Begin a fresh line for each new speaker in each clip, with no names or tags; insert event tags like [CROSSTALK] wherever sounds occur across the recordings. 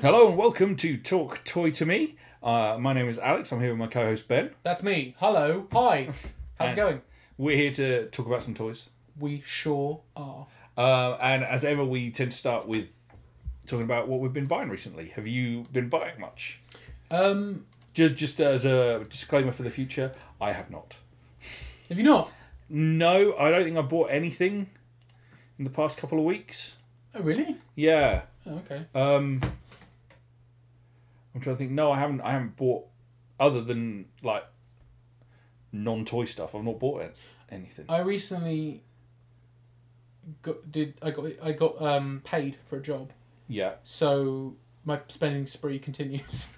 Hello and welcome to Talk Toy to Me. Uh, my name is Alex. I'm here with my co-host Ben.
That's me. Hello. [LAUGHS] Hi. How's it going?
We're here to talk about some toys,
We sure are.
uh, and as ever, we tend to start with talking about what we've been buying recently. Have you been buying much?
Um,
Just, just as a disclaimer for the future, I have not.
have you not?
No, I don't think I bought anything in the past couple of weeks.
Oh, really?
Yeah,
Oh, okay.
Um, I'm trying to think. No, I haven't. I haven't bought other than like non-toy stuff. I've not bought it, anything.
I recently got did I got I got um paid for a job,
yeah,
so my spending spree continues.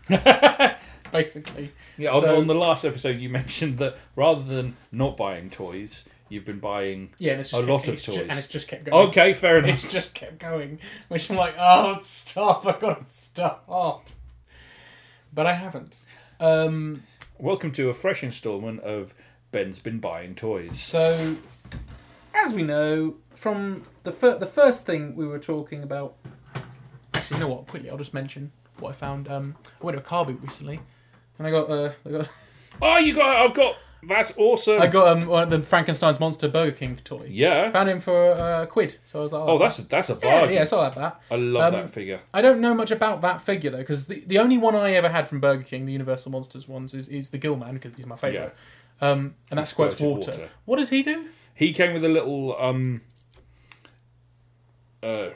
[LAUGHS] Basically,
yeah. On,
So-
on the last episode, you [LAUGHS] mentioned that rather than not buying toys, you've been buying.
yeah, and it's
A
just kept-
lot of
it's ju-
toys.
and it's just kept going.
Okay, fair
[LAUGHS] It's
enough.
just kept going, which I'm like, oh, stop! I gotta stop. But I haven't. Um,
Welcome to a fresh instalment of Ben's been buying toys.
So, as we know from the fir- the first thing we were talking about, actually, you know what? Quickly, I'll just mention what I found. Um, I went to a car boot recently, and I got uh, I got [LAUGHS]
Oh, you got. I've got. That's awesome.
I got um one of the Frankenstein's monster Burger King toy.
yeah.
Found him for uh, a quid, so I was like,
Oh, that's a, that's a
yeah,
bargain.
yeah, so I had that.
I love
Um,
that figure.
I don't know much about that figure though, because the, the only one I ever had from Burger King, the Universal Monsters ones, is, is the Gill Man because he's my favorite. Um, and that squirts
squirted
water.
water.
What does he do?
He came with a little um uh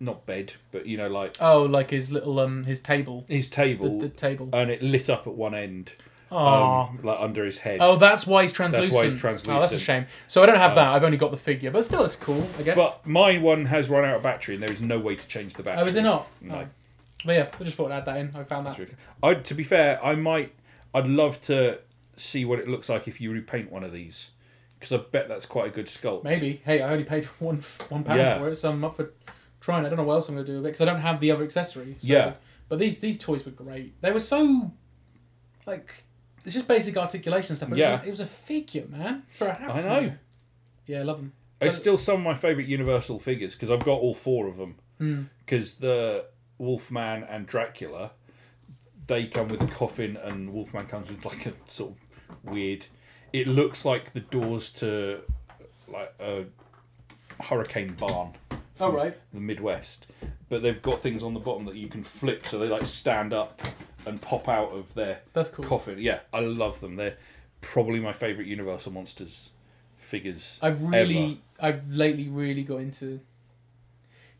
not bed, but you know like
Oh, like his little um his table,
his
the,
table
the table.
and it lit up at one end.
Aw.
Um, like under his head.
Oh, that's why he's translucent.
why he's
Oh, that's a
translucent. Oh.
shame. So I don't have that. I've only got the figure, but still, it's cool. I guess.
But my one has run out of battery and there is no way to change the battery.
oh, is it not?
No.
Oh. But yeah, I just thought I'd add that in. I found that.
I to be fair, I might I'd love to see what it looks like if you repaint one of these. Because I bet that's quite a good sculpt.
Maybe. Hey, I only paid [LAUGHS] one one pound
Yeah.
for it, so I'm up for trying. it. I don't know what else I'm going to do with it because I don't have the other accessories. So.
Yeah.
But these these toys were great. They were so like it's just basic articulation stuff. But
Yeah.
It was, a, it was a figure, man. For a happy
I know.
man. Yeah, I love them.
It's still some of my favourite Universal figures because I've got all four of
Hmm.
them. Because the Wolfman and Dracula, they come with a coffin, and Wolfman comes with like a sort of weird. It looks like the doors to like a hurricane barn.
All
from
right.
The Midwest, but they've got things on the bottom that you can flip, so they like stand up and pop out of their
That's cool.
coffin. Yeah, I love them. They're probably my favourite Universal monsters figures.
I've really,
ever.
I've lately really got into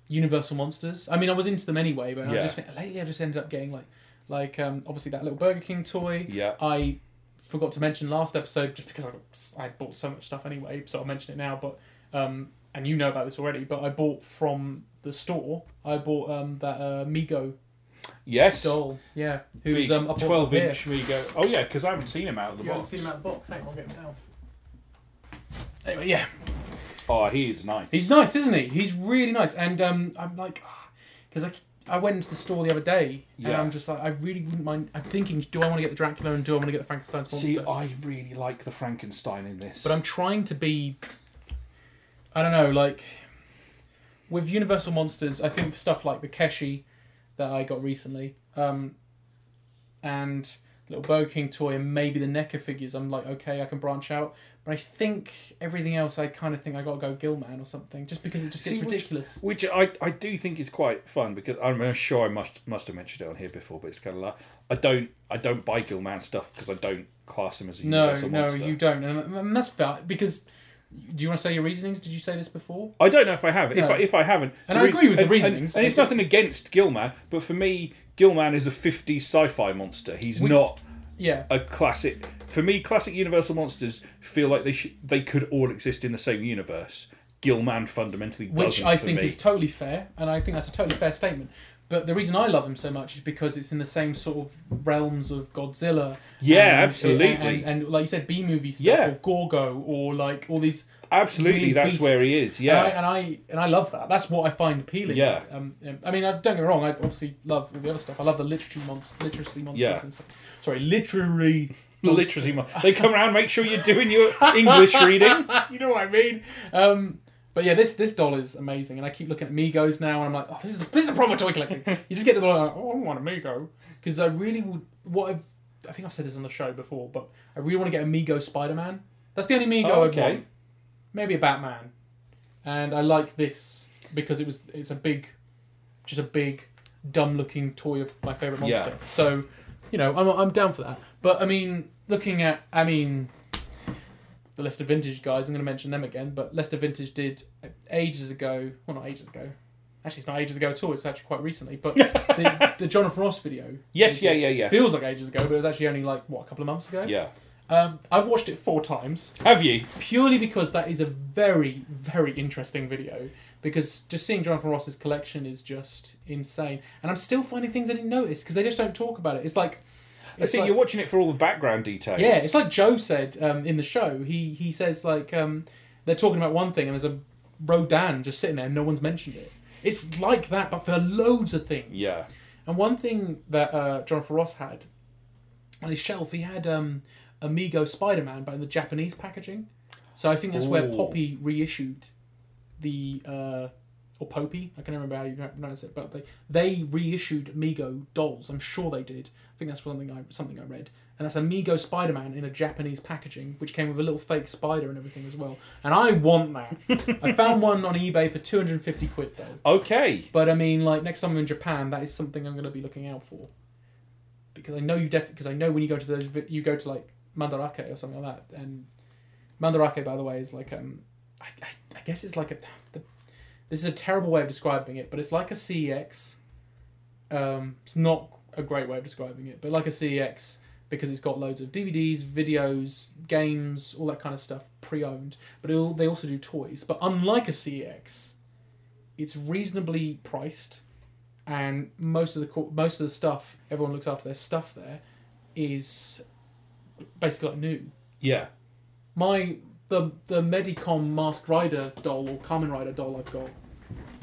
Universal Monsters. I mean, I was into them anyway, but I
Yeah.
just lately I just ended up getting like, like um, obviously that little Burger King toy.
Yeah.
I forgot to mention last episode just because I, got- I bought so much stuff anyway, so I'll mention it now. But um, and you know about this already, but I bought from the store. I bought um that uh, Migo
Yes.
doll. Yeah,
Big
who's um up on-
12
here.
inch Mego. Oh, yeah, because I haven't seen him out of the
You haven't
box.
seen him out of the box. Hang on, I'll get him down. Anyway, yeah.
Oh, he is nice.
He's nice, isn't he? He's really nice. And um, I'm like, [SIGHS] because I, I went into the store the other day, and
Yeah.
I'm just like, I really wouldn't mind. I'm thinking, do I want to get the Dracula and do I want to get the Frankenstein's monster?
See, I really like the Frankenstein in this.
but I'm trying to be, I don't know, like with Universal monsters. I think for stuff like the Keshi that I got recently, um, and little Burger King toy, and maybe the Necker figures. I'm like, okay, I can branch out. But I think everything else, I kind of think I gotta go Gilman or something, just because it just gets
See, which-
ridiculous.
Which I, I do think is quite fun because I'm sure I must must have mentioned it on here before, but it's kind of like I don't I don't buy Gilman stuff because I don't class him as a
No,
universal
no,
monster.
you don't, and, and that's fair because. Do you want to say your reasonings? Did you say this before?
I don't know if I have. If
No.
I, if I haven't,
And
the
I
reas-
agree with
and-
the
and-
reasonings.
And, it's
I do.
nothing against Gilman, but for me, Gilman is a 50s sci-fi monster. He's not
Yeah,
a classic for me classic universal monsters feel like they should they could all exist in the same universe gilman fundamentally doesn't
which I
for
think
me.
is totally fair, and I think that's a totally fair statement. But the reason I love him so much is because it's in the same sort of realms of Godzilla.
Yeah,
and-
absolutely.
And, and, like you said, B movie stuff,
Yeah.
or Gorgo, or like all these.
absolutely
weird
that's
beasts.
where he is yeah
and I, and I and I love that. That's what I find appealing.
Yeah.
Um, um, I mean, I, don't get me wrong. I obviously love all the other stuff. I love the literary monsters, literacy monsters,
Yeah.
and stuff. Sorry, literary. monsters.
[LAUGHS]
[LAUGHS]
Literacy, mon- they come around, make sure you're doing your English reading.
you know what I mean? Um, But yeah, this this doll is amazing, and I keep looking at Migos now, and I'm like, oh, this is the, this is the problem with toy collecting.
[LAUGHS]
you just get the doll, and I'm like, oh, I want a Migo because I really would. What I've I think I've said this on the show before, but I really want to get a Migo Spider Man. That's the only Migo
Oh,
I'd
okay.
want. Maybe a Batman, and I like this because it was it's a big, just a big, dumb looking toy of my favorite
Yeah.
monster. So, you know, I'm I'm down for that. But I mean, looking at I mean the Leicester Vintage guys. I'm going to mention them again, but Leicester Vintage did ages ago. Well, not ages ago. Actually, it's not ages ago at all. It's actually quite
[LAUGHS]
recently. But the, the Jonathan Ross video.
Yes,
they
yeah,
did
yeah, yeah.
Feels like ages ago, but it was actually only like what a couple of months ago.
Yeah.
Um, I've watched it four times
Have you?
purely because that is a very, very interesting video. Because just seeing Jonathan Ross's collection is just insane, and I'm still finding things I didn't notice because they just don't talk about it. It's like,
I
it's
see
like-
you're watching it for all the background details.
yeah, it's like Joe said um, in the show. He he says like um, they're talking about one thing and there's a Rodan just sitting there and no one's mentioned it. It's like that, but for loads of things.
yeah.
And one thing that uh, Jonathan Ross had on his shelf, he had um, Amigo Spider Man, but in the Japanese packaging. So I think that's where
Ooh.
Poppy reissued the uh, or Popey. I can't remember how you pronounce it, but they they reissued Amigo dolls. I'm sure they did. I think that's something I something I read. And that's Amigo Spider Man in a Japanese packaging, which came with a little fake spider and everything as well. And I want that. I found one on eBay for 250 quid though.
Okay.
But I mean, like next time I'm in Japan, that is something I'm going to be looking out for, because I know you definitely. Because I know when you go to those, vi- you go to like Mandarake or something like that. And Mandarake, by the way, is like um, I, I, I guess it's like a. The, this is a terrible way of describing it, but it's like a CEX. Um, it's not a great way of describing it, but like a CEX because it's got loads of DVDs, videos, games, all that kind of stuff pre-owned. But it'll, they also do toys. But unlike a E CEX, it's reasonably priced, and most of the co- most of the stuff everyone looks after their stuff there is basically like new.
Yeah.
My the the Medicom Mask Rider doll or Kamen Rider doll I've got,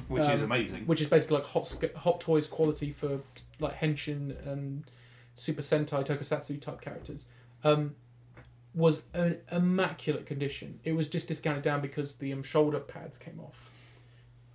Which
is
amazing.
which is basically like hot Sc- hot toys quality for like henshin and Super Sentai Tokusatsu type characters, um, was an immaculate condition. It was just discounted down because the um, shoulder pads came off.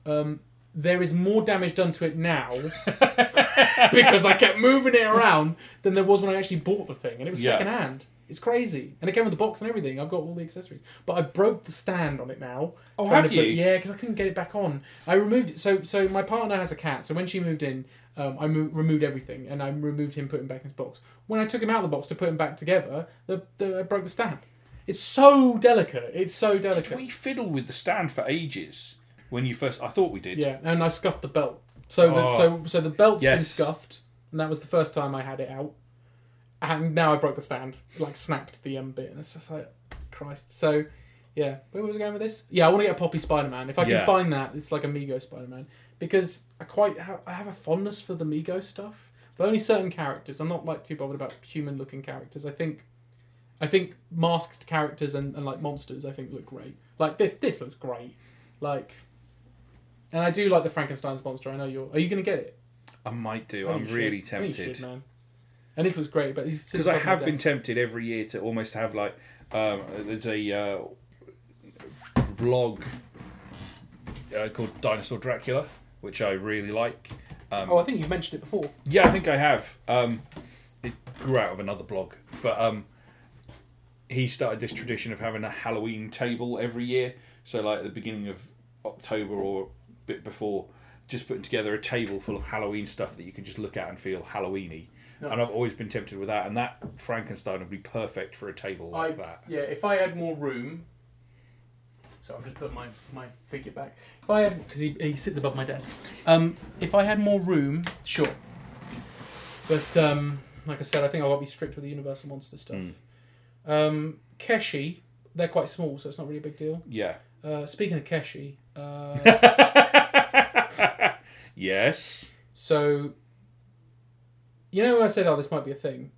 Um, there is more damage done to
[LAUGHS]
it now because I kept moving it around than there was when I actually bought the thing, and it was
Yeah.
second hand. It's crazy, and it came with the box and everything. I've got all the accessories, but I broke the stand on it now.
Oh,
Trying
have
to put-
you?
yeah, because I couldn't get it back on. I removed it. So, so my partner has a cat. So when she moved in, um, I mo- removed everything and I removed him, put him back in his box. When I took him out of the box to put him back together, the, the I broke the stamp. It's so delicate. It's so delicate.
we fiddled with the stand for ages when you first. I thought we did.
Yeah, and I scuffed the belt. So the, so so the belt's been
Yes.
scuffed, and that was the first time I had it out. And now I broke the stand, It, like snapped the um bit, and it's just like Christ. So yeah, where was I going with this? Yeah, I want to get a Poppy Spider Man. If I can
Yeah.
find that, it's like a Mego Spider Man because I quite ha- I have a fondness for the Mego stuff, but only certain characters. I'm not like too bothered about human looking characters. I think. I think masked characters and, and like monsters I think look great. Like this this looks great. Like and I do like the Frankenstein's monster. I know you're. Are you going to get it?
I might do.
Oh,
I'm
you
really
should. I think you should,
tempted
man. And this looks great, but it's
because I have been tempted every year to almost have like um, there's a uh, blog uh, called Dinosaur Dracula, which I really like. Um,
oh, I think you've mentioned it before.
Yeah, I think I have. Um, it grew out of another blog, but um, he started this tradition of having a Halloween table every year. So, like at the beginning of October or a bit before, just putting together a table full of Halloween stuff that you can just look at and feel Halloweeny. And
Nice.
I've always been tempted with that, and that Frankenstein would be perfect for a table like that.
Yeah, if I had more room. So I'm just putting my my figure back. If I had, because he, he sits above my desk. Um, if I had more room, sure. But um, like I said, I think I will be strict with the Universal Monster stuff.
Mm.
Um, Keshi, they're quite small, so it's not really a big deal.
Yeah.
Uh, speaking of Keshi, uh,
[LAUGHS] yes.
So, you know, when I said, "Oh, this might be a thing."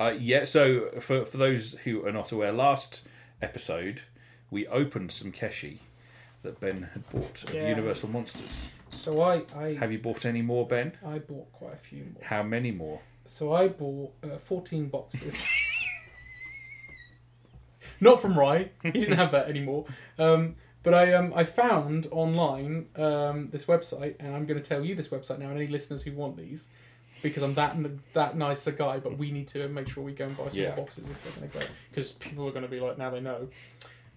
Uh, yeah, so for, for those who are not aware, last episode we opened some Keshi that Ben had bought of
Yeah.
Universal Monsters.
So I, I,
Have you bought any more, Ben?
I bought quite a few more.
How many more?
So I bought uh, fourteen boxes. [LAUGHS] Not from Rye. He didn't have that anymore. Um, But I um I found online um this website, and I'm going to tell you this website now, and any listeners who want these, because I'm that n- that nice a guy. But we need to make sure we go and buy some more
Yeah.
boxes if they're going to go, because people are going to be like, now they know.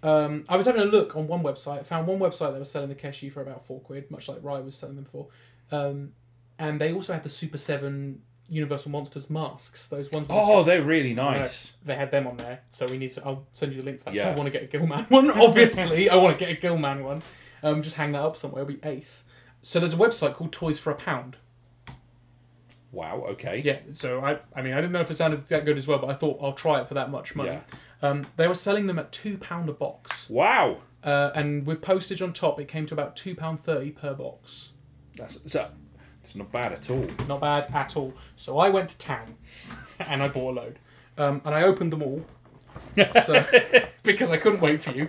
Um, I was having a look on one website. I found one website that was selling the Keshi for about four quid, much like Rye was selling them for. Um, and they also had the Super Seven Universal Monsters masks. Those ones. with the
Oh, they're really nice.
they had them on there, so we need to. I'll send you the link for that. 'cause I
Yeah.
want to get a Gillman one. [LAUGHS] Obviously, I want to get a Gillman one. Um, just hang that up somewhere. It'll be ace. So there's a website called Toys for a Pound.
Wow. Okay.
Yeah. So I, I mean, I didn't know if it sounded that good as well, but I thought I'll try it for that much money.
Yeah.
Um, they were selling them at two pound a box,
Wow.
uh, and with postage on top, it came to about two pound thirty per box.
That's so. It's not bad at all.
Not bad at all. So I went to town, [LAUGHS] and I bought a load, um, and I opened them all,
[LAUGHS]
so, because I couldn't wait for you.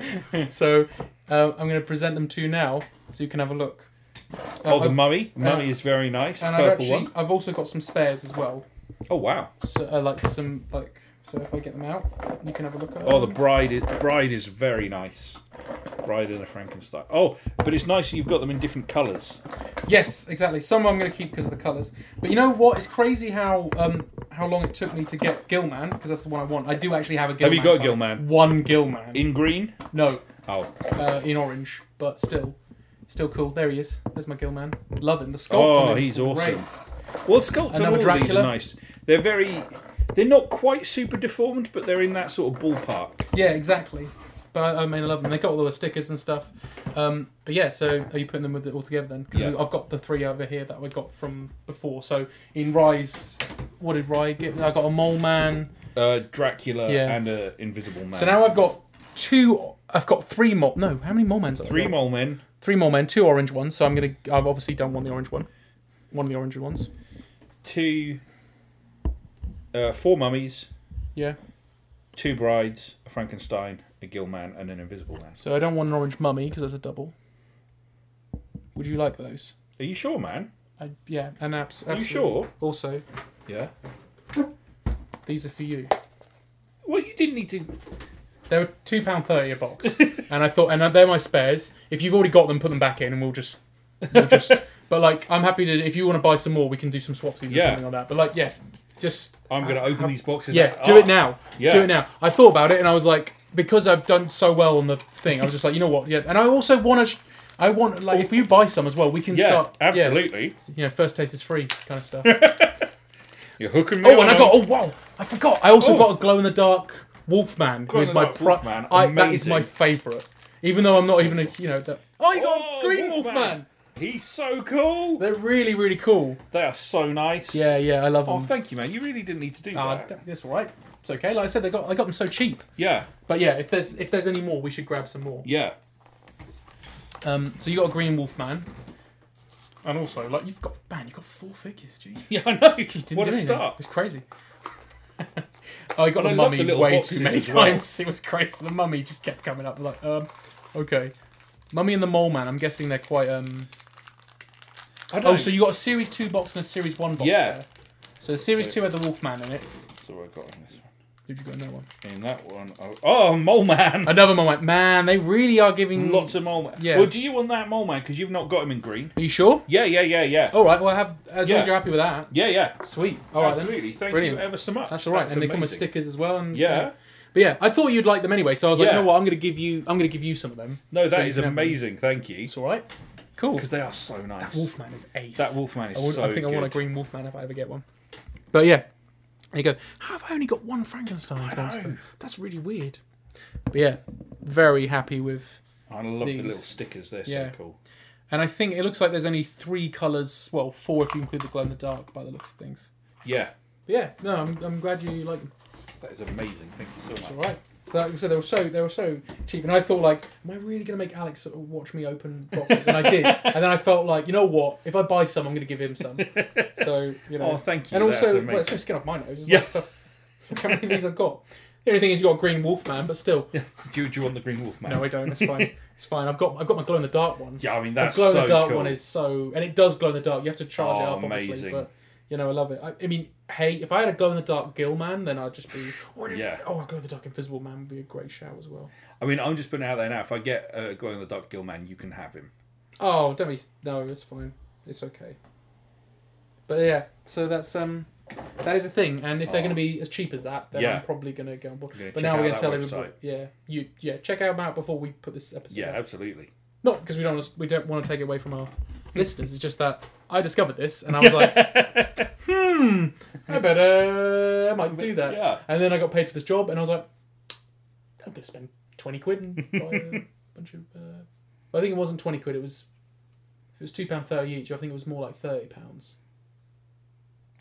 So uh, I'm going to present them to you now, so you can have a look. Uh,
Oh, the
I've-
mummy. Mummy
uh,
is very nice.
and
purple
I've actually,
one.
I've also got some spares as well.
Oh wow.
So uh, like some like, so if I get them out, you can have a look at.
Oh, the
them.
bride. Is, bride is very nice. Bride and a Frankenstein. Oh, but it's nice you've got them in different colours.
Yes, exactly. Some I'm going to keep because of the colours. But you know what? It's crazy how um how long it took me to get Gillman because that's the one I want. I do actually have a Gillman.
Have you got
colour.
Gillman?
One Gillman.
In green.
no,
Oh.
uh, in orange, but still, still cool. There he is. There's my Gillman. Love him. The sculpt.
Oh,
on him is
he's
great.
awesome. Well, sculpt on
Another
all these
Dracula?
are nice. They're very. They're not quite super deformed, but they're in that sort of ballpark.
Yeah, exactly. But I mean, I love them. They got all the stickers and stuff. Um, but yeah, so are you putting them with it all together then? Because
Yeah.
I've got the three over here that I got from before. So in Rye's, what did Rye get? I got a mole man.
Uh, Dracula
Yeah.
and an invisible man.
So now I've got two. I've got three mole. No, how many mole mans? have I
three
got?
mole men.
Three mole men. Two orange ones. So I'm gonna. I obviously don't want the orange one. One of the orange ones.
two, uh, four mummies,
Yeah.
two brides, a Frankenstein, a gill man, and an invisible man.
So I don't want an orange mummy because that's a double. Would you like those?
Are you sure, man?
I, yeah, and abs.
Are you
absolutely.
sure?
Also,
Yeah.
these are for you.
Well, you didn't need to.
They were two pound thirty a box, [LAUGHS] and I thought, and they're my spares. If you've already got them, put them back in, and we'll just,
[LAUGHS]
we'll just. But like, I'm happy to. If you want to buy some more, we can do some swapsies or
Yeah.
something like that. But like, yeah, just
I'm going to open these boxes.
yeah,
Ah,
do it now.
yeah.
Do it now. I thought about it, and I was like, because I've done so well on the thing, I was just like, you know what? Yeah, and I also want to. I want like if you buy some as well, we can
Yeah,
start. yeah,
absolutely.
you know, first taste is free kind
[LAUGHS]
of stuff.
You're hooking me.
Oh, and I
on.
got oh wow, I forgot. I also
um, Oh.
got a glow in the dark Wolfman, who is my
Glow-in-the-dark
pri-
Wolfman,
I, that is
amazing.
my favourite. Even though I'm not even a you know that. Oh, you got
Oh,
a green Wolfman.
He's so cool.
They're really really cool.
They are so nice.
Yeah, yeah, I love
Oh,
them.
thank you, man. You really didn't need to do
Ah,
that.
d- that's all right. It's okay. Like I said, they got I got them so cheap.
yeah,
But yeah, if there's if there's any more, we should grab some more.
yeah. [LAUGHS]
Um, so you got a green Wolfman. And also, like you've got man, you've got four figures, geez.
Yeah, I know.
Didn't
What
do
a
anything.
start.
It's crazy. [LAUGHS] I got
But I love
the mummy
the little
way
boxes
too many
as well.
times. [LAUGHS] It was crazy. The mummy just kept coming up. Like, um, okay, mummy and the mole man. I'm guessing they're quite. um
I
Oh,
don't
so you got a series two box and a series one box.
Yeah.
There. So the series
So-
two had the Wolfman in it.
So I got in this one.
Who'd you got in that one?
In that one. Oh, oh mole man.
Another one went. Man, they really are giving
[LAUGHS] Lots of mole man.
Yeah.
Well, do you want that mole man? Because you've not got him in green.
Are you sure?
Yeah, yeah, yeah, yeah.
All right. Well, I have. As long
Yeah.
as you're happy with that.
Yeah, yeah.
Sweet. Oh. All right then.
Absolutely. Thank
Brilliant.
you ever so much.
That's all right. and they come with
amazing.
stickers as well. And
Yeah.
But yeah, I thought you'd like them anyway. So I was like,
Yeah.
you know what? I'm gonna give you. I'm gonna give you some of them.
No,
So
that
you
is
can have them.
amazing. Thank you.
It's all right. Cool.
Because they are so nice.
Wolfman is ace.
That Wolfman is
I, want,
so
I think
good.
I want a green Wolfman if I ever get one. But yeah, there you go. How have I only got one Frankenstein monster? That's really weird. But yeah, very happy with.
I love
These.
the little stickers. They're so
Yeah.
cool.
And I think it looks like there's only three colours. Well, four if you include the glow in the dark by the looks of things.
Yeah.
But yeah, no, I'm, I'm glad you like them.
That is amazing. Thank you so
It's all
much.
right. So like I said, they were so they were so cheap, and I thought like, am I really gonna make Alex sort of watch me open boxes? And I
[LAUGHS]
did, and then I felt like, you know what? If I buy some, I'm gonna give him some. So you know.
Oh, thank you.
And
That's
also,
amazing.
well, it's no skin off my nose. It's
Yeah.
like stuff. Look how many of these I've got. The only thing is, you got a green wolf man, but still,
do, do you want the green Wolfman?
no, I don't. It's fine. It's fine. I've got I've got my glow in the dark one.
yeah, I mean,
the
that's
glow in
so
the dark
cool.
one is so, and it does glow in the dark. You have to charge it
Oh,
up, obviously.
amazing.
But You know, I love it. I, I mean, hey, if I had a glow in the dark Gill Man, then I'd
[SIGHS]
just be. What if-
Yeah.
Oh, a glow in the dark Invisible Man would be a great shout as well.
I mean, I'm just putting it out there now. If I get a glow in the dark gill man, you can have him.
Oh, don't be. No, it's fine. It's okay. But yeah, so that's um, that is a thing. And if they're
Oh.
going to be as cheap as that, then
Yeah.
I'm probably going to go on board.
You're gonna
But
check
now we're
out
going to
that
tell
website.
everybody. Yeah, you yeah check out out before we put this episode.
Yeah,
out.
absolutely.
not because we don't wanna- we don't want to take it away from our listeners. It's just that I discovered this and I was like, hmm, I better I might do that.
Yeah.
And then I got paid for this job and I was like, I'm gonna spend twenty quid and buy a bunch of. Uh... I think it wasn't twenty quid. It was. If it was two pound thirty each, I think it was more like thirty pounds.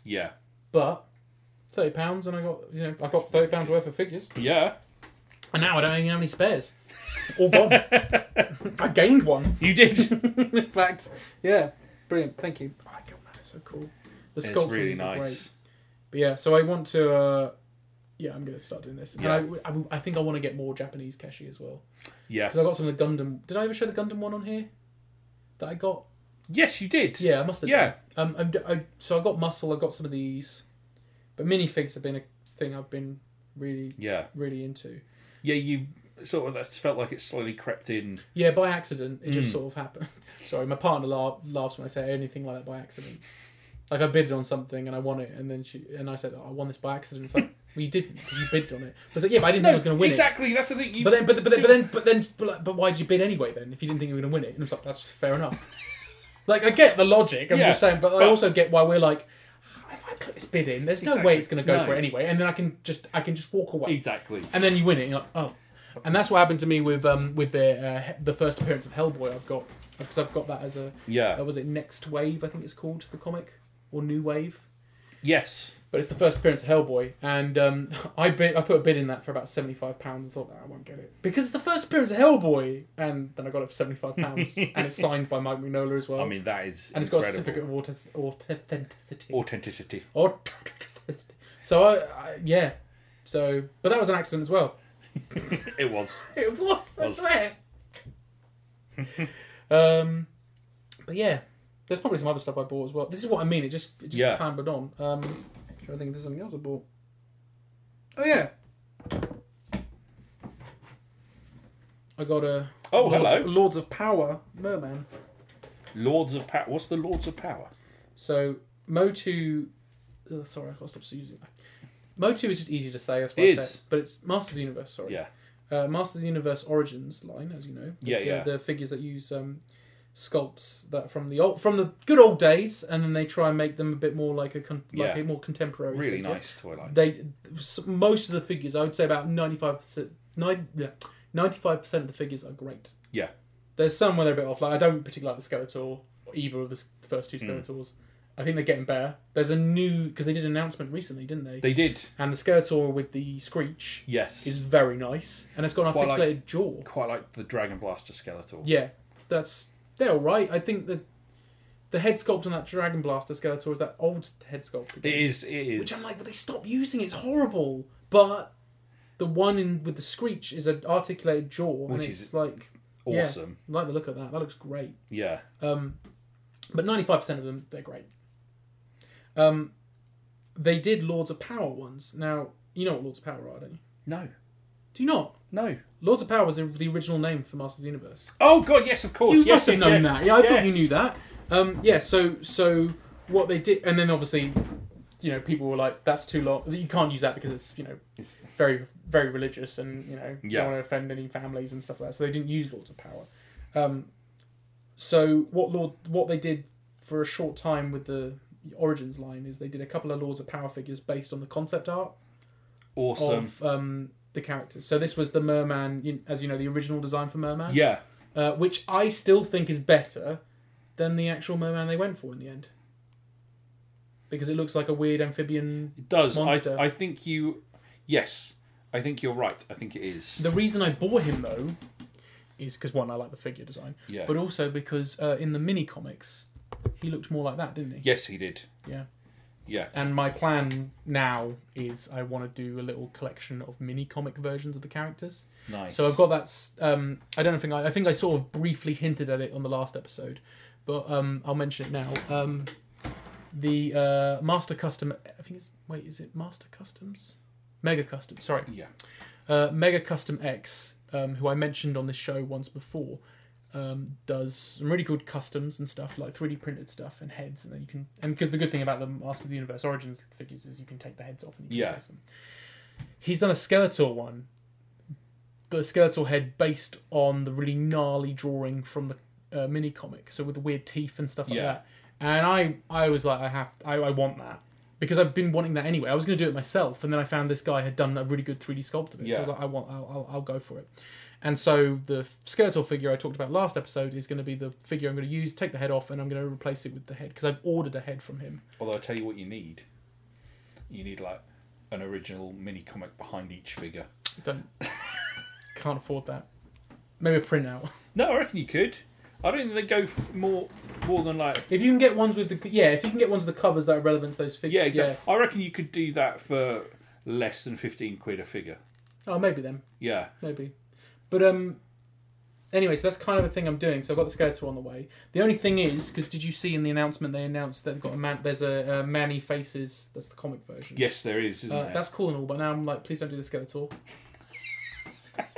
Yeah.
But thirty pounds, and I got you know I got thirty pounds worth of figures,
Yeah.
and now I don't even have any spares. All gone. I gained one.
You
[LAUGHS]
did.
In fact, yeah, brilliant. Thank you. Oh, I don't know, it's so cool. The
it's
sculptures
really
are
nice.
great. But yeah, so I want to. Uh, yeah, I'm going to start doing this.
Yeah.
And I, I, I think I want to get more Japanese Keshi as well
Yeah.
because I got some of the Gundam. Did I ever show the Gundam one on here? That I got.
Yes, you did.
Yeah, I must have.
Yeah.
Done. Um, I'm, d- I, so I got muscle. I got some of these, but minifigs have been a thing I've been really,
Yeah.
really into.
Yeah, you sort of that's felt like it slowly crept in.
Yeah, by accident, it
Mm.
just sort of happened. [LAUGHS] Sorry, my partner la- laughs when I say anything like that by accident. Like I bidded on something and I won it, and then she and I said, oh, "I won this by accident." It's like we didn't. 'cause You bidded on it. I was like, "Yeah, but I didn't think I was going to win it."
exactly. That's the thing. You,
But then, but then, but then, but then, but then, but, like, but why did you bid anyway? Then, if you didn't think you were going to win it, and I was like, "That's fair enough." [LAUGHS] like I get the logic. I'm
Yeah,
just saying, but, I
but-
also get why we're like, "Ah, if I put this bid in, there's no
Exactly.
way it's going to go
No.
for it anyway, and then I can just, I can just walk away
exactly.
and then you win it. And you're like, oh, and that's what happened to me with um with the uh, he- the first appearance of Hellboy. I've got because I've got that as a uh,
Yeah.
was it Next Wave? I think it's called the comic or New Wave.
Yes.
But it's the first appearance of Hellboy, and um, [LAUGHS] I bid, I put a bid in that for about seventy five pounds. I thought "Nah, I won't get it because it's the first appearance of Hellboy, and then I got it for seventy
[LAUGHS]
five pounds, and it's signed by Mike Mignola as well.
I mean that is
and it's got a
incredible.
certificate of auth- authenticity.
authenticity.
Or so I, I yeah, so but that was an accident as well.
It was.
[LAUGHS] It was, I
Was.
swear. [LAUGHS] um, but yeah, there's probably some other stuff I bought as well. This is what I mean. It just it just
Yeah.
clambered on. Um, i trying to think if there's something else I bought. Oh yeah. I got a
Oh,
Lords,
hello.
Lords of Power Merman.
Lords of Power. What's the Lords of Power?
So Motu, ugh, sorry, I can't stop using that. Motu is just easy to say. That's what
It
I
is.
said. But it's Masters of the Universe. Sorry.
Yeah.
uh, Master of the Universe Origins line, as you know. The-
Yeah,
the,
yeah.
The figures that use um, sculpts that from the old, from the good old days, and then they try and make them a bit more like a con- like
Yeah.
a more contemporary.
Really
figure.
nice toy line.
They s- most of the figures, I would say about ninety five percent, ninety five percent of the figures are great.
Yeah.
There's some where they're a bit off. Like I don't particularly like the Skeletor or either of the s- first two
Hmm.
Skeletors. I think they're getting better. There's a new because they did an announcement recently, didn't they?
They did.
And the Skeletor with the screech
Yes.
is very nice, and it's got an
Quite like-
articulated jaw.
Quite like the Dragon Blaster Skeletor.
Yeah, that's they're all right. I think that the head sculpt on that Dragon Blaster Skeletor is that old head sculpt,
It
again,
is. It is.
which I'm like, but they stopped using. it, It's horrible. But the one in with the screech is an articulated jaw,
Which
and
is
it's like yeah.
awesome.
I like the look of that. That looks great.
Yeah.
Um, but 95% of them, they're great. Um, they did Lords of Power ones. Now, you know what Lords of Power are, don't you?
No.
Do you not?
No.
Lords of Power was the- the original name for Masters of the Universe.
Oh God! Yes, of course.
You
yes,
must have
yes, yes.
known that. Yeah, I thought you
Yes.
knew that. Um, yeah. So so what they did, and then obviously, you know, people were like, "That's too long. You can't use that because it's you know, very very religious, and you know,
Yeah.
don't want to offend any families and stuff like that." So they didn't use Lords of Power. Um, so what Lord what they did for a short time with the Origins line is they did a couple of Lords of Power figures based on the concept art
Awesome.
of um, the characters. So this was the Merman, you- as you know, the original design for Merman
Yeah.
uh, which I still think is better than the actual merman they went for in the end. Because it looks like a weird amphibian.
It does.
monster.
I I think you. Yes, I think you're right. I think it is.
The reason I bought him though is because one, I like the figure design,
Yeah.
but also because uh, in the mini comics, he looked more like that, didn't he?
yes, he did.
Yeah.
Yeah.
And my plan now is I want to do a little collection of mini comic versions of the characters.
Nice.
So I've got that. s- Um, I don't think I, I think I sort of briefly hinted at it on the last episode, but um, I'll mention it now. Um, the uh, Master Custom. I think it's wait, is it Master Customs? Mega Custom. Sorry,
Yeah.
uh, Mega Custom X, um, who I mentioned on this show once before, um, does some really good customs and stuff like 3D printed stuff and heads, and then you can and because the good thing about the Master of the Universe Origins figures is you can take the heads off and you can
Yeah.
replace them. He's done a Skeletor one, but a Skeletor head based on the really gnarly drawing from the uh, mini comic, so with the weird teeth and stuff like
Yeah.
that. And I, I was like, I have, I, I want that. Because I've been wanting that anyway. I was going to do it myself, and then I found this guy had done a really good 3D sculpt of it. So I was
Yeah.
like, I want, I'll, I'll, I'll go for it. And so the Skeletor figure I talked about last episode is going to be the figure I'm going to use, take the head off, and I'm going to replace it with the head because I've ordered a head from him.
Although I tell you what, you need. You need like an original mini comic behind each figure. [LAUGHS]
Don't, can't afford that. Maybe a printout.
No, I reckon you could. I don't think they go f- more more than like
If you can get ones with the, yeah, if you can get ones with the covers that are relevant to those figures,
yeah, exactly. I reckon you could do that for less than fifteen quid a figure.
Oh, maybe then.
Yeah,
maybe. But um, anyway, so that's kind of the thing I'm doing. So I've got the Skeletor on the way. The only thing is, because did you see in the announcement they announced they've got a man? There's a, uh Manny faces. That's the comic version.
yes, there is, isn't
Uh,
there?
that's cool and all, but now I'm like, please don't do the Skeletor.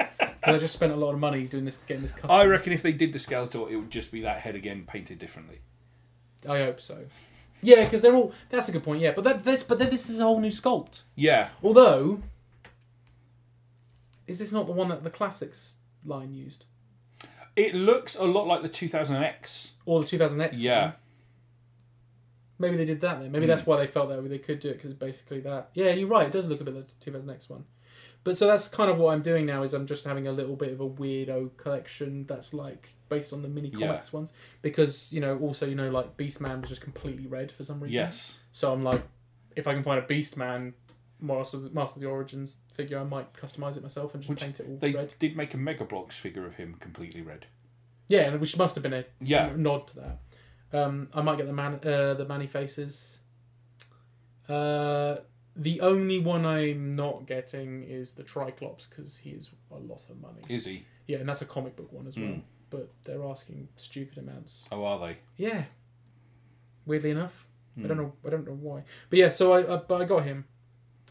[LAUGHS] Because I just spent a lot of money doing this, getting this custom.
I reckon if they did the Skeletor, it would just be that head again painted differently.
I hope so. Yeah, because they're all. That's a good point. Yeah, but that this, but then this is a whole new sculpt.
Yeah,
Although, is this not the one that the classics line used,
it looks a lot like the 2000X.
or the 2000X?
Yeah,
one? Maybe they did that then.
Hmm.
Maybe that's why they felt that way. They could do it because basically that. Yeah, you're right. It does look a bit like the 2000X one. But so that's kind of what I'm doing now is I'm just having a little bit of a weirdo collection that's like based on the mini
Yeah.
comics ones because you know also you know like Beastman was just completely red for some reason.
yes,
So I'm like, if I can find a Beastman Master Master of the Origins figure, I might customize it myself and just
Which
paint it all
they
red.
did make a Mega Bloks figure of him completely red.
Yeah, and which must have been a
Yeah,
nod to that. Um, I might get the man uh, the Manny faces. Uh, the only one I'm not getting is the Triclops because he is a lot of money.
is he?
Yeah, and that's a comic book one as well.
Mm.
But they're asking stupid amounts.
Oh, are they?
Yeah. Weirdly enough, I don't
Hmm.
know. I don't know why. But yeah, so I, I but I got him.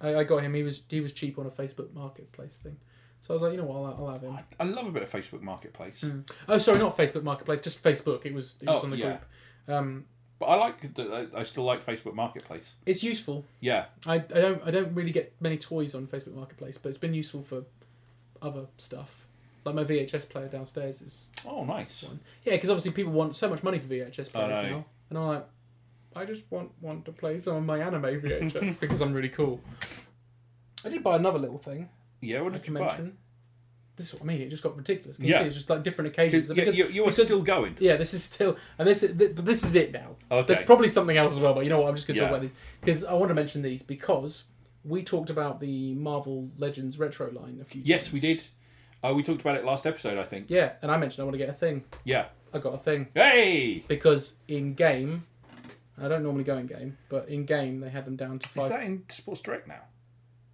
I, I got him. He was he was cheap on a Facebook Marketplace thing. So I was like, you know what, I'll, I'll have him.
I, I love a bit of Facebook Marketplace,
Oh, sorry, not Facebook Marketplace, just Facebook. It was it was
Oh,
on the
yeah.
group. Um,
but I like. that- I I still like Facebook Marketplace.
it's useful.
Yeah,
I, I don't I don't really get many toys on Facebook Marketplace, but it's been useful for other stuff. Like my VHS player downstairs is
Oh, nice.
one. Yeah, because obviously people want so much money for VHS
I
players
know.
now, and I'm like, I just want want to play some of my
[LAUGHS]
anime VHS because I'm really cool. I did buy another little thing.
Yeah, what
I
did you
can
buy?
mention. This is what I mean. It just got ridiculous. Can
Yeah.
you see? It's just like different occasions.
Yeah,
Because-
you, you are
because-
still going.
yeah, this is still, and this is, th- this is it now.
Okay.
There's probably something else as well, but you know what? I'm just going to
Yeah.
talk about these because I want to mention these because we talked about the Marvel Legends retro line a few.
Yes,
times.
we did. Uh, we talked about it last episode, I think.
Yeah, and I mentioned I want to get a thing.
Yeah.
I got a thing
Hey,
because in game, I don't normally go in game, but in game they had them down to
is
five.
that in Sports Direct now?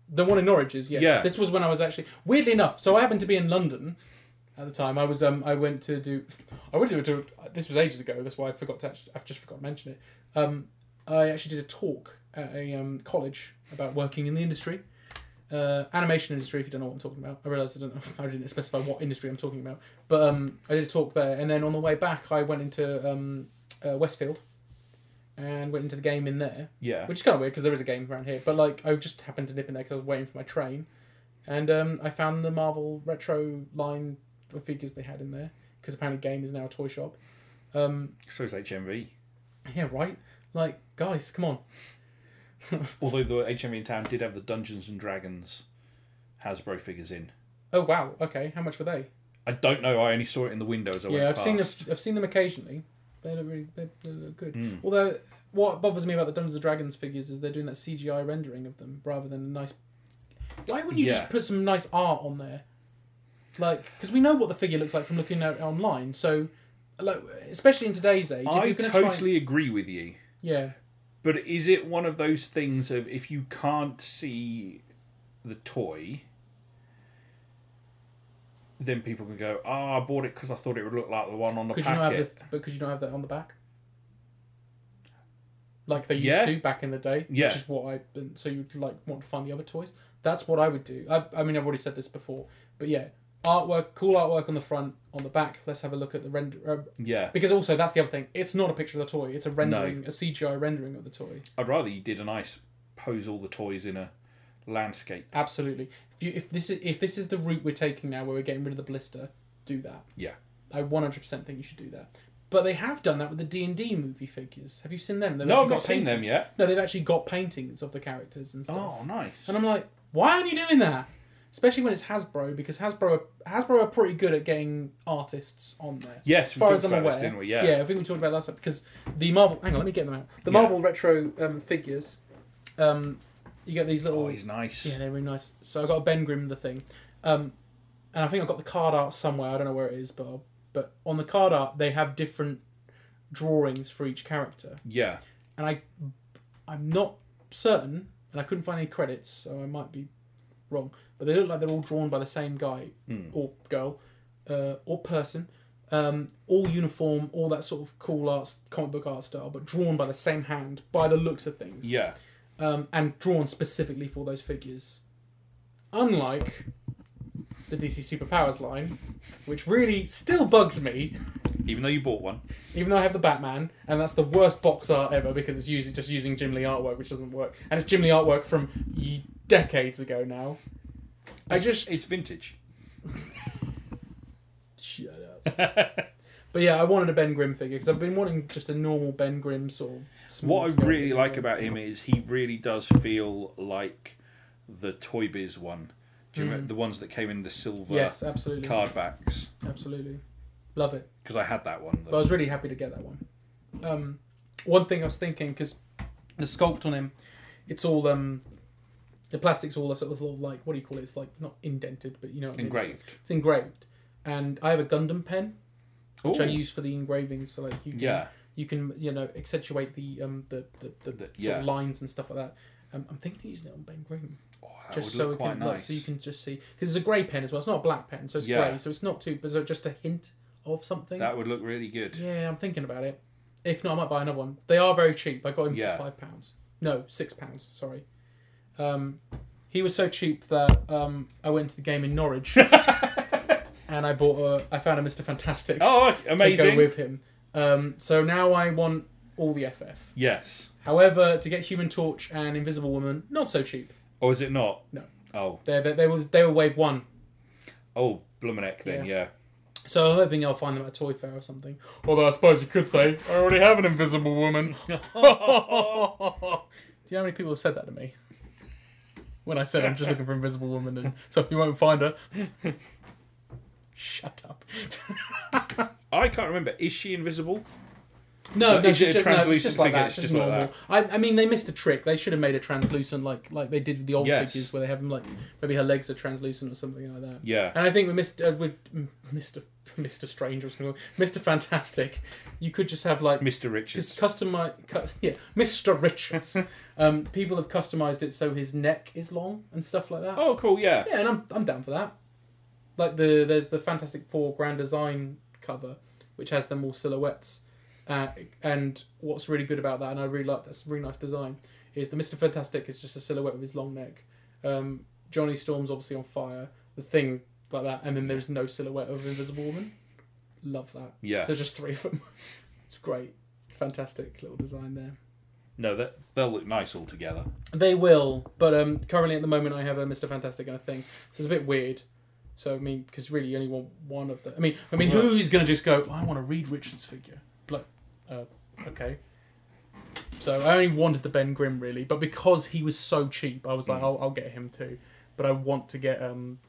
The one in Norwich is yes.
Yeah.
This was when I was actually weirdly enough. So I happened to be in London at the time. I was um I went to do I went to do this was ages ago. That's why I forgot to actually, I've just forgot to mention it. Um, I actually did a talk at a um, college about working in the industry, uh, animation industry. If you don't know what I'm talking about, I realised I don't know. [LAUGHS] I didn't specify what industry I'm talking about, but um I did a talk there, and then on the way back I went into um uh, Westfield, and went into the game in there
Yeah.
which is kind of weird because there is a game around here. But like, I just happened to nip in there because I was waiting for my train, and um, I found the Marvel retro line of figures they had in there because apparently Game is now a toy shop. Um,
So is HMV.
yeah, right. Like, guys, come on.
Although the HMV in town did have the Dungeons and Dragons Hasbro figures in.
Oh wow. Okay, how much were they?
I don't know. I only saw it in the window as I went
yeah, I've
past. Hmm.
seen them. I've seen them occasionally. They look really. They, they look good. Although, what bothers me about the Dungeons and Dragons figures is they're doing that CGI rendering of them rather than a nice. Why wouldn't you
Yeah.
just put some nice art on there? Like, because we know what the figure looks like from looking at it online. So, like, especially in today's age, if
I
you're going to try,
totally agree with you.
yeah,
But is it one of those things of if you can't see the toy, then people can go, "Ah, I bought it because I thought it would look like the one on the
could you
packet."
not have this? But could you not have that on the back? like they used
Yeah.
to back in the day.
Yeah.
Which is what I and so you'd like want to find the other toys. That's what I would do. I, I mean I've already said this before, but yeah, artwork, cool artwork on the front, on the back. Let's have a look at the render. Uh,
Yeah,
because also that's the other thing. It's not a picture of the toy. It's a rendering, a CGI rendering of the toy.
I'd rather you did a nice pose all the toys in a landscape.
Absolutely. If you if this is if this is the route we're taking now, where we're getting rid of the blister, do that.
Yeah.
I 100% think you should do that. But they have done that with the D and D movie figures. Have you seen them? They've
No,
actually
I've not seen them
paintings.
yet.
No, they've actually got paintings of the characters and stuff.
Oh, nice.
And I'm like, why aren't you doing that? Especially when it's Hasbro, because Hasbro Hasbro are pretty good at getting artists on there.
Yes,
as
we
far
talked
as I'm
about
aware.
this, didn't we? Yeah.
I think we talked about it last time because the Marvel. Hang on, let me get them out. The
Yeah.
Marvel retro um, figures. Um, you get these little.
oh, he's nice.
Yeah, they're really nice. So I got a Ben Grimm the thing, um, and I think I got the card art somewhere. I don't know where it is, but I'll, but on the card art they have different drawings for each character,
yeah.
and I I'm not certain, and I couldn't find any credits, so I might be wrong. But they look like they're all drawn by the same guy
Hmm.
or girl uh, or person. Um, all uniform, all that sort of cool art, comic book art style, but drawn by the same hand, by the looks of things
Yeah.
um, and drawn specifically for those figures. Unlike the DC Superpowers line, which really still bugs me,
Even though you bought one.
even though I have the Batman, and that's the worst box art ever because it's usually just using Jim Lee artwork, which doesn't work, and it's Jim Lee artwork from y- decades ago now. I just
It's vintage.
[LAUGHS] shut up. [LAUGHS] but yeah, I wanted a Ben Grimm figure because I've been wanting just a normal Ben Grimm sort of. small
What I
scale
really
figure.
like about him is he really does feel like the Toy Biz one. Do you remember the ones that came in the silver
Mm. yes, absolutely,
card backs?
absolutely, love it.
Because I had that one.
But I was really happy to get that one. Um, one thing I was thinking because the sculpt on him, it's all um, the plastic's all sort of little, like what do you call it? It's like not indented, but you know, what I mean. It's-
Engraved.
It's, engraved, and I have a Gundam pen which I
Ooh.
use for the engraving. So like you can
Yeah.
you can you know accentuate the um the the, the,
The-
sort
yeah.
of lines and stuff like that. Um, I'm thinking of using it on Ben Grimm
Oh, that
just
would
so
look
it can
quite
like,
nice.
so you can just see because it's a grey pen as well. It's not a black pen, so it's
Yeah.
grey, so it's not too but so just a hint of something.
That would look really good.
Yeah, I'm thinking about it. If not, I might buy another one. They are very cheap. I got him
Yeah.
for five pounds. No, six pounds. Sorry. Um, he was so cheap that um, I went to the game
[LAUGHS]
in Norwich and I bought a. I found a Mister Fantastic
[LAUGHS] oh, okay,
to go
amazing.
with him. Um, so now I want all the FF.
Yes.
However, to get Human Torch and Invisible Woman, not so cheap.
Or is it not?
No.
Oh.
They they, they were they were wave one.
Oh, Blumenek then, yeah.
So I'm hoping I'll find them at a toy fair or something. Although I suppose you could say I already have an Invisible [LAUGHS] Woman. Do you know how many people have said that to me? When I said I'm just looking for Invisible Woman, [LAUGHS] and so you won't find her. Shut up.
I can't remember. Is she invisible?
no,
But
[LAUGHS] no,
is
she's
it a
just, no, it's
translucent
just like
figure?
that.
It's
It's just
just like
normal. I, I mean, they missed a trick. They should have made a translucent, like like they did with the old
Yes.
figures, where they have them like maybe her legs are translucent or something like that.
Yeah.
And I think with Mister uh, with Mister Mister Strange or something, Mister Fantastic, you could just have like
Mr.
It's
Richards.
customi cu- [LAUGHS] yeah, Mr. Richards. um, people have customized it so his neck is long and stuff like that.
Oh, cool, yeah.
Yeah, and I'm I'm down for that. Like the there's the Fantastic Four Grand Design cover, which has them all silhouettes. Uh, and what's really good about that, and I really like that's a really nice design, is the Mister Fantastic is just a silhouette with his long neck. Um, Johnny Storm's obviously on fire. The thing like that, and then there's no silhouette of Invisible Woman. Love that.
Yeah.
So there's just three of them. [LAUGHS] It's great. Fantastic little design there.
No, that, they'll look nice all together.
They will, but um, currently at the moment I have a Mr. Fantastic and a thing, so it's a bit weird. So I mean, because really you only want one of the. I mean, I mean,
Right.
who's gonna just go? I want to read Richard's figure. Like, uh, okay. So I only wanted the Ben Grimm really, but because he was so cheap, I
Mm.
was like, I'll, I'll get him too. But I want to get um.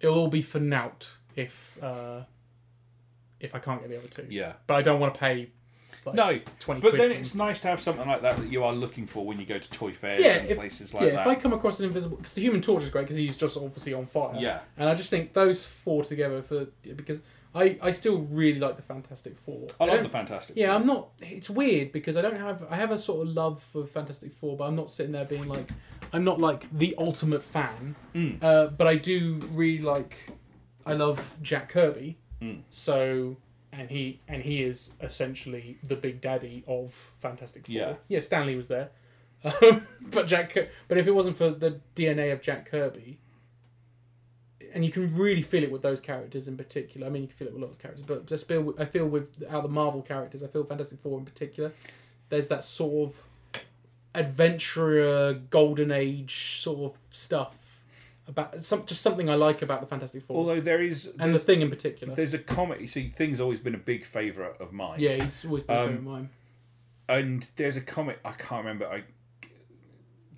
It'll all be for Nout if uh, if I can't get the other two.
Yeah.
But I don't want to pay. Like,
No,
twenty.
but
quid
then
for them.
it's nice to have something like that that you are looking for when you go to toy fairs
Yeah,
and
if-
places like
yeah,
that.
if I come across an invisible, because the Human Torch is great because he's just obviously on fire.
Yeah.
and I just think those four together for because I I still really like the Fantastic Four.
I love
don't-
the Fantastic
Yeah,
Four.
I'm not. It's weird because I don't have I have a sort of love for Fantastic Four, but I'm not sitting there being like I'm not like the ultimate fan.
Mm.
Uh, but I do really like I love Jack Kirby, so and he and he is essentially the big daddy of Fantastic Four.
Yeah.
yeah Stanley was there, um, [LAUGHS] but Jack. Kir- But if it wasn't for the DNA of Jack Kirby, and you can really feel it with those characters in particular. I mean, you can feel it with lots of characters, but just feel with- I feel with out the Marvel characters, I feel Fantastic Four in particular. There's that sort of adventurer, golden age sort of stuff about some just something I like about the Fantastic Four
Although there is
and the thing in particular.
there's a comedy. See, thing's always been a big favourite of mine.
Yeah, he's always been a
Um,
favourite of mine.
and there's a comic I can't remember. I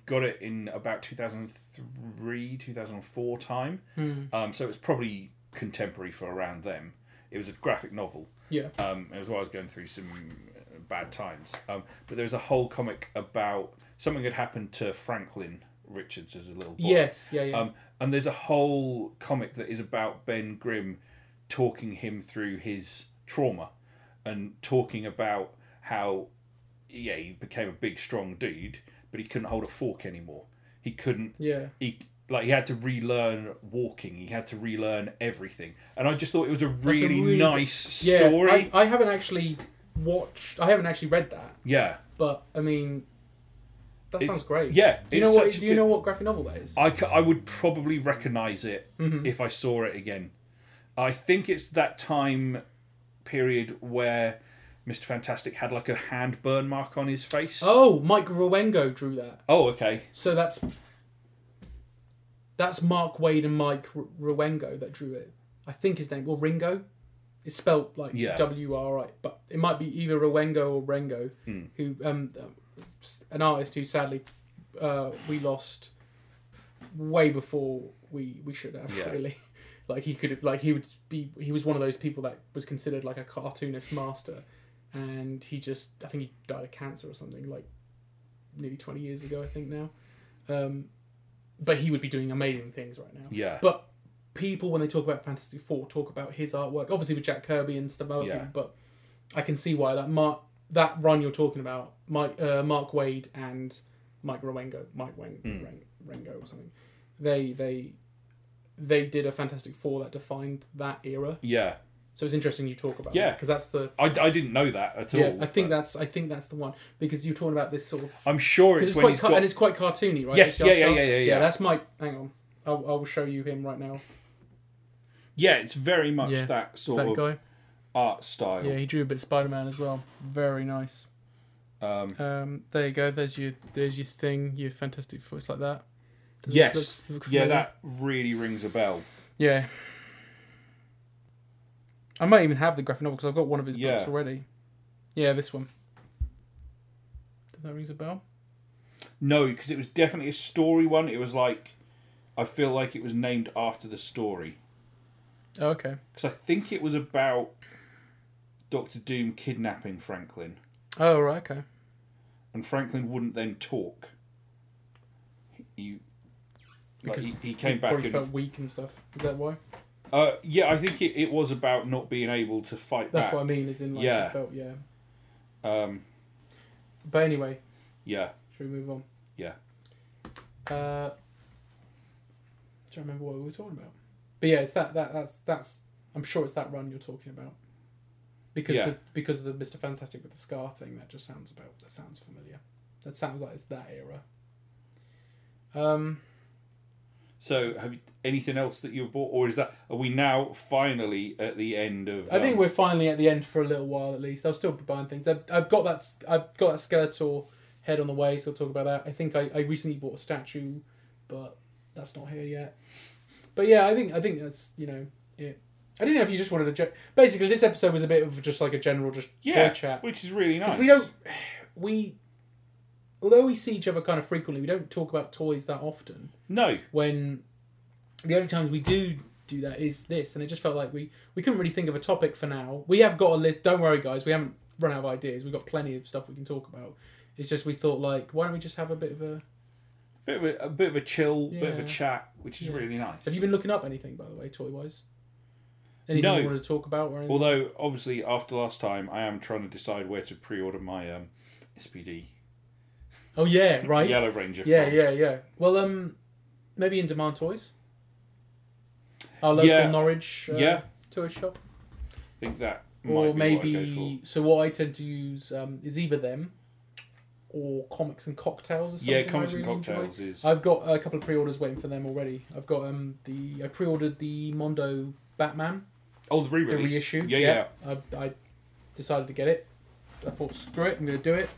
got it in about 2003, 2004 time.
Hmm.
Um, so it's probably contemporary for around them. It was a graphic novel.
Yeah,
Um, it was while I was going through some uh, bad times. Um, but there was a whole comic about something had happened to Franklin Richards as a little boy.
yes, yeah, yeah.
Um, and there's a whole comic that is about Ben Grimm talking him through his trauma and talking about how, yeah, he became a big, strong dude, but he couldn't hold a fork anymore. He couldn't,
yeah,
he like he had to relearn walking. He had to relearn everything, and I just thought it was a
a
really,
really-
nice
yeah.
story.
I, I haven't actually watched. I haven't actually read that,
yeah,
but I mean, that
It's-
sounds great.
yeah.
Do you
it's
know what?
such a
Do you
good-
know what graphic novel that is?
I, c- I would probably recognize it
Mm-hmm.
if I saw it again. I think it's that time period where Mr. Fantastic had like a hand burn mark on his face.
Oh, Mike Rowengo drew that.
Oh, okay.
So that's that's Mark Wade and Mike R- Rowengo that drew it. I think his name or Ringo. It's spelt like
Yeah.
W R I, but it might be either Rowengo or Rengo,
Hmm.
who um, an artist who sadly uh, we lost way before we we should have
Yeah.
really. [LAUGHS] Like he could have, like he would be, he was one of those people that was considered like a cartoonist master, and he just, I think he died of cancer or something like nearly twenty years ago, I think now. Um, but he would be doing amazing things right now.
Yeah.
But people, when they talk about Fantastic Four, talk about his artwork, obviously with Jack Kirby and stuff like
Yeah.
that. But I can see why that Mark that run you're talking about, Mike uh, Mark Wade and Mike Rowengo, Mike Wen,
Hmm.
Ren, Rengo or something. They they they did a Fantastic Four that defined that era.
yeah.
So it's interesting you talk about
Yeah.
because that's the
I, I didn't know that at
yeah.
all.
I think
but
that's I think that's the one because you're talking about this sort of
I'm sure
because
it's
it's
when
quite
he's
car-
got.
and it's quite cartoony, right?
Yes,
It's just
yeah, yeah,
art-
yeah, yeah, yeah.
that's Mike. Hang on, I I will show you him right now.
yeah, it's very much
Yeah.
that
Is
sort
that
of
guy?
art style.
Yeah, he drew a bit Spider Man as well. Very nice.
Um,
Um, there you go. There's your there's your thing. Your Fantastic Four. It's like that. Does this
yes.
look- look
yeah,
familiar?
that really rings a bell.
Yeah. I might even have the graphic novel because I've got one of his
Yeah.
books already. Yeah, this one. Does that ring a bell?
No, because it was definitely a story one. It was like, I feel like it was named after the story.
Oh, okay.
because I think it was about Doctor Doom kidnapping Franklin,
Oh, right. Okay.
and Franklin wouldn't then talk. He, like,
Because
he, he came back
Probably
and
felt weak and stuff. Is that why?
uh, yeah, I think it, it was about not being able to fight
That's
back.
what I mean. Is in like
Yeah.
he felt yeah.
Um,
But anyway,
yeah,
should we move on?
yeah,
Uh, do you remember what we were talking about? But yeah, it's that that that's that's. I'm sure it's that run you're talking about. Because
Yeah.
the, because of the Mister Fantastic with the scar thing, that just sounds about that sounds familiar. That sounds like it's that era. Um.
So, have you, anything else that you've bought, or is that are we now finally at the end of?
I think
um,
we're finally at the end for a little while at least. I'll still be buying things. I've, I've got that s- I've got that Skeletor head on the way, so I'll talk about that. I think I, I recently bought a statue, but that's not here yet. But yeah, I think I think that's you know it. I didn't know if you just wanted to. Ge- Basically, this episode was a bit of just like a general just
yeah,
toy chat.
which is really nice.
We don't [SIGHS] we although we see each other kind of frequently, we don't talk about toys that often
no,
when the only times we do do that is this and it just felt like we we couldn't really think of a topic for now we have got a list don't worry guys we haven't run out of ideas we've got plenty of stuff we can talk about it's just we thought like why don't we just have a bit of a
bit of a, a bit of a chill, bit of a
Yeah.
chat, which is
Yeah.
really nice.
have you been looking up anything by the way toy wise anything
No.
you wanted to talk about or anything
Although, obviously, after last time, I am trying to decide where to pre-order my um, SPD
oh yeah right yeah
Yellow Ranger.
yeah
from.
yeah well um maybe in demand toys our local
Yeah.
norwich uh,
Yeah.
toy shop
I think that
or
Might be what I go
maybe so what I tend to use um, is either them or comics and cocktails. Or something
yeah, comics
I really
and
enjoy.
cocktails is.
I've got a couple of pre-orders waiting for them already. I've got um the I pre-ordered the Mondo Batman
oh, the
the
re-release.
reissue.
Yeah, yeah.
I, I decided to get it. I thought screw it, I'm going to do it.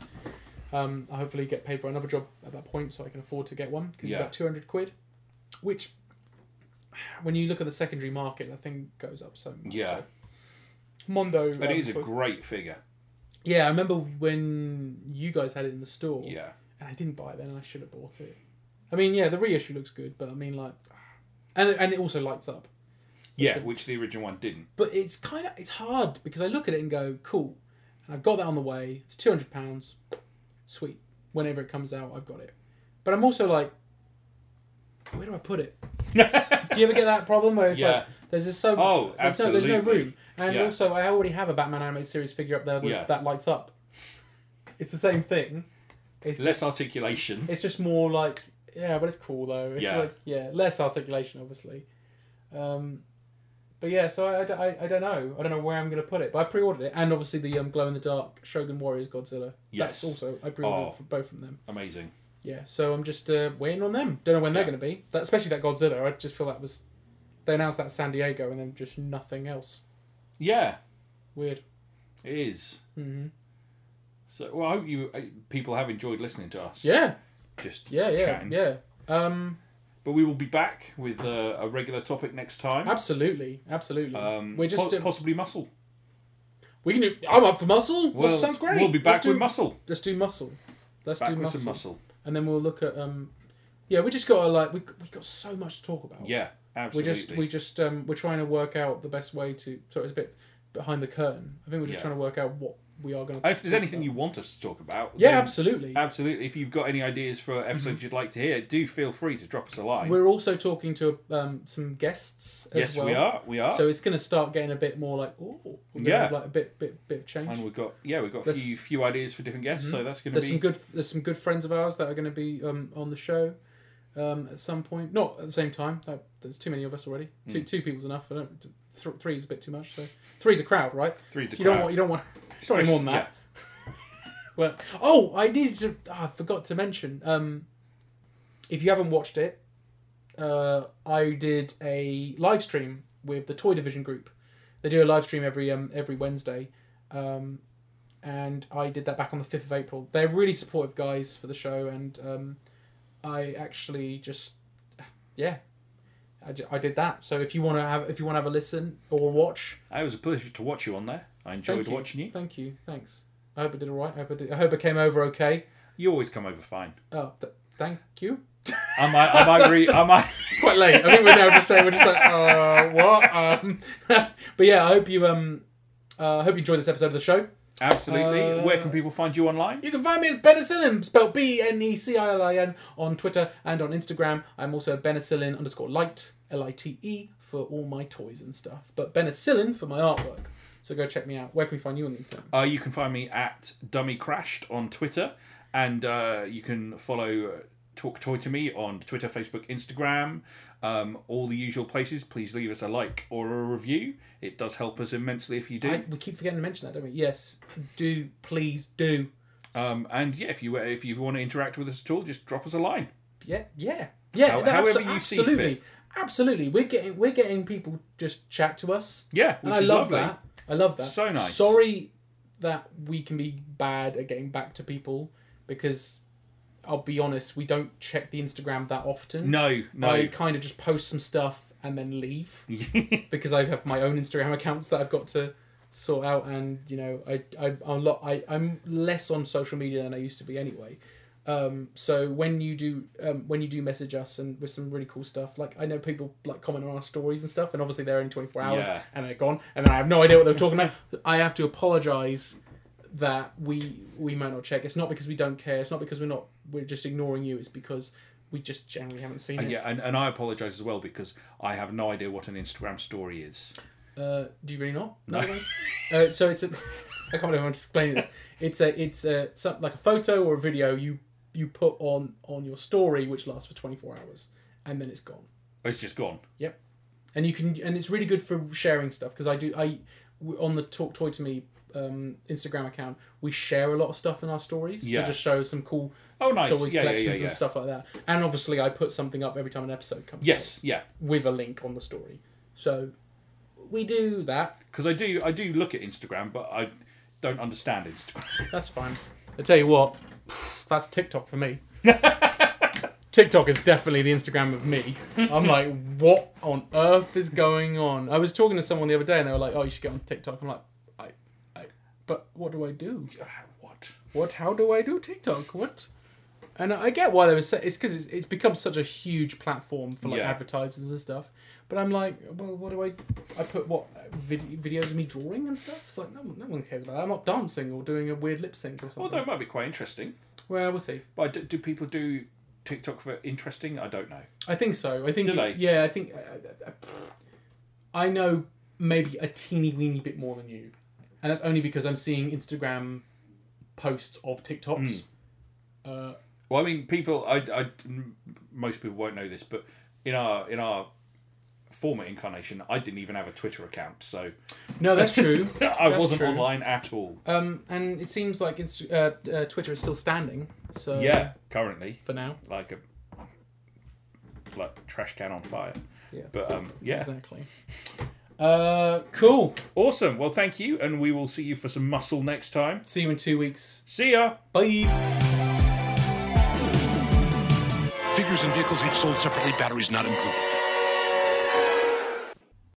Um, I hopefully get paid for another job at that point, so I can afford to get one because
Yeah.
it's about two hundred quid, which when you look at the secondary market, that thing goes up so much.
Yeah.
so. Mondo.
But it
um,
is a
was-
great figure.
Yeah, I remember when you guys had it in the store.
Yeah.
And I didn't buy it then, and I should have bought it. I mean, yeah, the reissue looks good, but I mean, like, and and it also lights up.
Yeah,
a-
which the original one
[LAUGHS]
didn't.
But it's kind of it's hard because I look at it and go, cool, and I've got that on the way. It's two hundred pounds, sweet. Whenever it comes out, I've got it. But I'm also like, where do I put it? Do you ever get that problem where it's
Yeah.
like there's just so
Oh,
there's no, there's no
absolutely.
room, and
Yeah.
also I already have a Batman animated series figure up there with,
Yeah.
that lights up. It's the same thing. It's
Less articulation.
it's just more like yeah, but it's cool though. It's
Yeah.
like yeah, less articulation obviously. Um, but yeah, so I, I d- I- I don't know. I don't know where I'm gonna put it, but I pre-ordered it, and obviously the um, glow in the dark Shogun Warriors Godzilla.
Yes.
That's also I pre-ordered
Oh.
for both from them.
Amazing.
Yeah, so I'm just uh, waiting on them. Don't know when they're
Yeah.
gonna be. That especially that Godzilla. I just feel that was they announced that in San Diego and then just nothing else.
Yeah,
Weird.
it is.
hmm
So, well, I hope you uh, people have enjoyed listening to us.
Yeah,
Just
yeah, yeah,
chatting.
yeah. Um,
But we will be back with uh, a regular topic next time.
absolutely, absolutely.
Um,
We're just
po-
uh,
possibly muscle.
we can do. I'm up for muscle. muscle
Well,
sounds great.
We'll be back
Let's do-
with muscle.
Let's do muscle. Let's
Back
do
with
muscle.
some muscle.
And then we'll look at um yeah, we just got to like we we got so much to talk about.
Yeah,
We
absolutely.
just we just um we're trying to work out the best way to so it's a bit behind the curtain. I think we're just
Yeah.
trying to work out what we are going to
if there's anything you want us to talk about,
Yeah,
then
absolutely. Mm-hmm.
absolutely. If you've got any ideas for episodes you'd like to hear, do feel free to drop us a line.
We're also talking to um some guests as
yes,
well.
we are. We are.
So it's going to start getting a bit more like oh we're gonna
Yeah.
have, like a bit bit bit of change.
and we've got yeah, we've got a
There's-
few few ideas for different guests. So that's going to
there's some
be
good there's some good friends of ours that are going to be um, on the show um, at some point not at the same time that, there's too many of us already two
Hmm.
two people's enough I don't th- three is a bit too much so three's a crowd right
three's a
you
crowd.
don't want you don't want [LAUGHS] sorry more than that [LAUGHS] well oh I needed to ah, I forgot to mention um, if you haven't watched it uh, I did a live stream with the Toy Division group they do a live stream every um, every Wednesday um, and I did that back on the 5th of April. They're really supportive guys for the show, and um, I actually just, yeah, I, ju- I did that. So if you want to have if you want to have a listen or watch,
It was a pleasure to watch you on there. I enjoyed
thank you.
watching you.
Thank you, thanks. I hope I did all right. I hope I, did, I hope I came over okay.
You always come over fine.
Oh, th- thank you.
I might, I
[LAUGHS]
might, re- I [LAUGHS] might.
It's quite late. I think we're now just saying we're just like, uh, what? Um, [LAUGHS] but yeah, I hope you um, uh, I hope you enjoyed this episode of the show.
Absolutely.
Uh,
Where can people find you online?
You can find me as Benicillin, spelled B N E C I L I N, on Twitter and on Instagram. I'm also Benicillin underscore light, L I T E, for all my toys and stuff. But Benicillin for my artwork. So go check me out. Where can we find you on the internet?
Uh, you can find me at Dummy Crashed on Twitter, and uh, you can follow uh, Talk Toy to Me on Twitter, Facebook, Instagram, um, all the usual places. Please leave us a like or a review. It does help us immensely if you do.
I, we keep forgetting to mention that, don't we? Yes, do please do.
Um, and yeah, if you if you want to interact with us at all, just drop us a line.
Yeah, yeah, yeah.
How-
no,
however
abso-
you see
absolutely,
fit.
absolutely. We're getting we're getting people just chat to us,
Yeah, which
and I
is
love
lovely.
that. I love that.
So nice.
Sorry that we can be bad at getting back to people because I'll be honest, we don't check the Instagram that often.
No, no. [LAUGHS]
I kind of just post some stuff and then leave because I have my own Instagram accounts that I've got to sort out, and you know, I, I I'm a lot I I'm less on social media than I used to be anyway. Um, so when you do um, when you do message us and with some really cool stuff, like I know people like comment on our stories and stuff, and obviously they're in twenty four hours
Yeah.
and they're gone, and then I have no idea what they're talking about. I have to apologise that we we might not check. It's not because we don't care. It's not because we're not we're just ignoring you. It's because we just generally haven't seen it.
yeah, and, and I apologise as well because I have no idea what an Instagram story is.
Uh, do you really not? No. uh, so it's a. I can't even explain this. It's a. It's a. Some, like a photo or a video you you put on on your story, which lasts for twenty four hours, and then it's gone.
It's just gone.
Yep. And you can. And it's really good for sharing stuff because I do. I w- on the Talk Toy to Me um, Instagram account, we share a lot of stuff in our stories
Yeah.
to just show some cool
Oh, nice.
toys
Yeah, yeah, yeah,
collections
yeah.
and stuff like that. And obviously, I put something up every time an episode comes.
Yes, yeah.
out with a link on the story. So we do that.
Because I do, I do look at Instagram, but I don't understand Instagram.
That's fine. I tell you what, that's TikTok for me. TikTok is definitely the Instagram of me. I'm like, what on earth is going on? I was talking to someone the other day and they were like, oh, you should get on TikTok. I'm like, I, I, but what do I do?
[SIGHS] what?
What? How do I do TikTok? What? And I get why they were saying it's because it's, it's become such a huge platform for like
Yeah.
advertisers and stuff. But I'm like, well, what do I? I put what vid- videos of me drawing and stuff. It's like no, one- no one cares about that. I'm not dancing or doing a weird lip sync or something.
Although it might be quite interesting.
Well, we'll see.
But I do, do people do TikTok for interesting? I don't know.
I think so. I think.
Do they?
Yeah, I think. I, I, I know maybe a teeny weeny bit more than you, and that's only because I'm seeing Instagram posts of TikToks.
Hmm.
Uh,
Well, I mean, people. I, I- m- most people won't know this, but in our in our former incarnation, I didn't even have a Twitter account, so
no, that's true.
I
[LAUGHS] That's
wasn't
true.
online at all.
Um, and it seems like Inst- uh, uh, Twitter is still standing. So
yeah, currently,
for now,
like a like trash can on fire.
Yeah.
But um, yeah,
exactly. Uh, cool.
awesome. Well, thank you, and we will see you for some muscle next time.
See you in two weeks.
See ya.
Bye.
Figures and vehicles each sold separately, batteries not included.